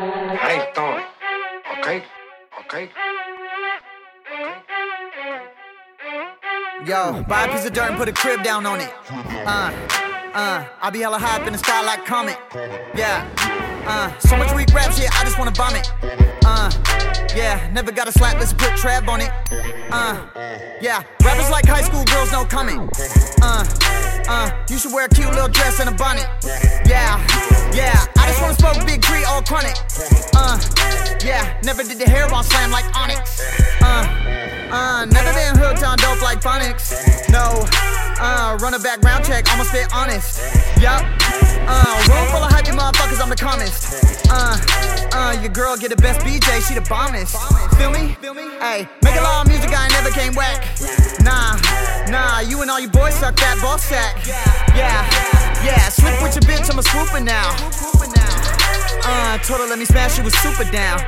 keep throwing. Okay? Okay? Yo, buy a piece of dirt and put a crib down on it. Uh, uh, I be hella high up in the sky like comet. Yeah, uh, so much weak raps here, I just wanna vomit. Uh, yeah, never got a slap, let's put trap on it. Uh, yeah, rappers like high school girls, no comment. Uh, uh, you should wear a cute little dress and a bonnet. Yeah, yeah, I just wanna smoke big tree all chronic. Uh, yeah, never did the hair on slam like Onyx. Uh, uh, never been hooked on dope like phonics. No, uh, run a background check, almost fit honest. Yup, uh, room full of hypey motherfuckers, I'm the calmest. Uh, uh, your girl get the best BJ, she the bombest. Feel me? Hey, make a lot of music, I ain't never came whack. Nah, nah, you and all your boys suck that ball sack. Yeah, yeah, slip with your bitch, I'm a swooper now. Uh, total let me smash, she was super down.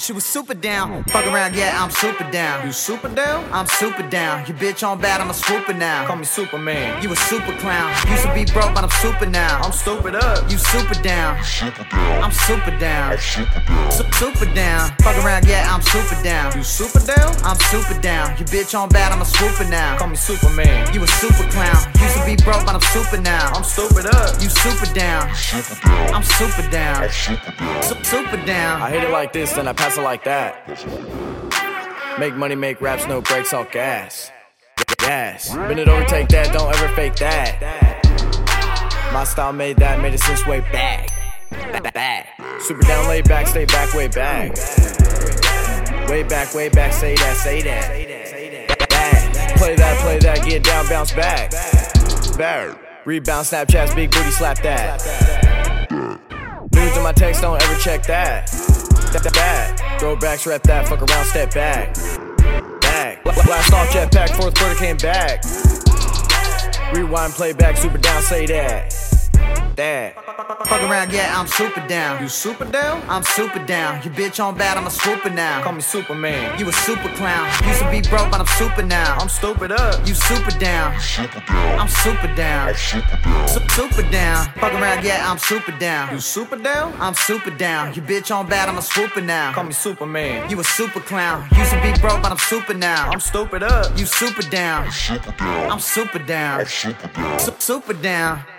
She was super down. Fuck around, yeah, I'm super down. You super down? I'm super down. You bitch on bad, I'm a swooper Call now. me Superman. You a super clown. Used to be broke, but I'm super now. I'm stupid up. You super down. Super down. I'm super down. Super down. Su- super down. Fuck around, yeah, I'm super down. You super down? I'm super down. You bitch on bad, I'm a swooper Call now. me Superman. You a super clown. Used to be broke, but I'm super now. I'm stupid up. You super down. Super down. I'm super down. Super down. Su- super down. I hit it like this, then I pass it like that. Make money, make raps, no breaks, all gas. Gas. Bend it over, take that, don't ever fake that. My style made that, made it since way back. Back, back. Super down, laid back, stay back, way back. Way back, way back, say that, say that. Back. Play that, play that, get down, bounce back. Back. Rebound, Snapchats, big booty, slap that. Dudes in my text don't ever check that. That, that, that. Throwbacks, rep that, fuck around, step back. Back. Bla- Blast off jetpack, fourth quarter came back. Rewind, playback, super down, say that. That. Fuck around, yeah, I'm super down. You super down? I'm super down. You bitch on bad, I'm a swooper now. Call me Superman. You a super clown. Used to be broke, but I'm super now. I'm stupid up. you super down. Super down. I'm super down. Super down. Su- super down. Fuck around, yeah, I'm super down. You super down? I'm super down. You bitch on bad, I'm a swooper Call now. me Superman. You a super clown. Used to be broke, but I'm super now. I'm stupid up. you super down. Super down. I'm super down. Super down. Su- super down.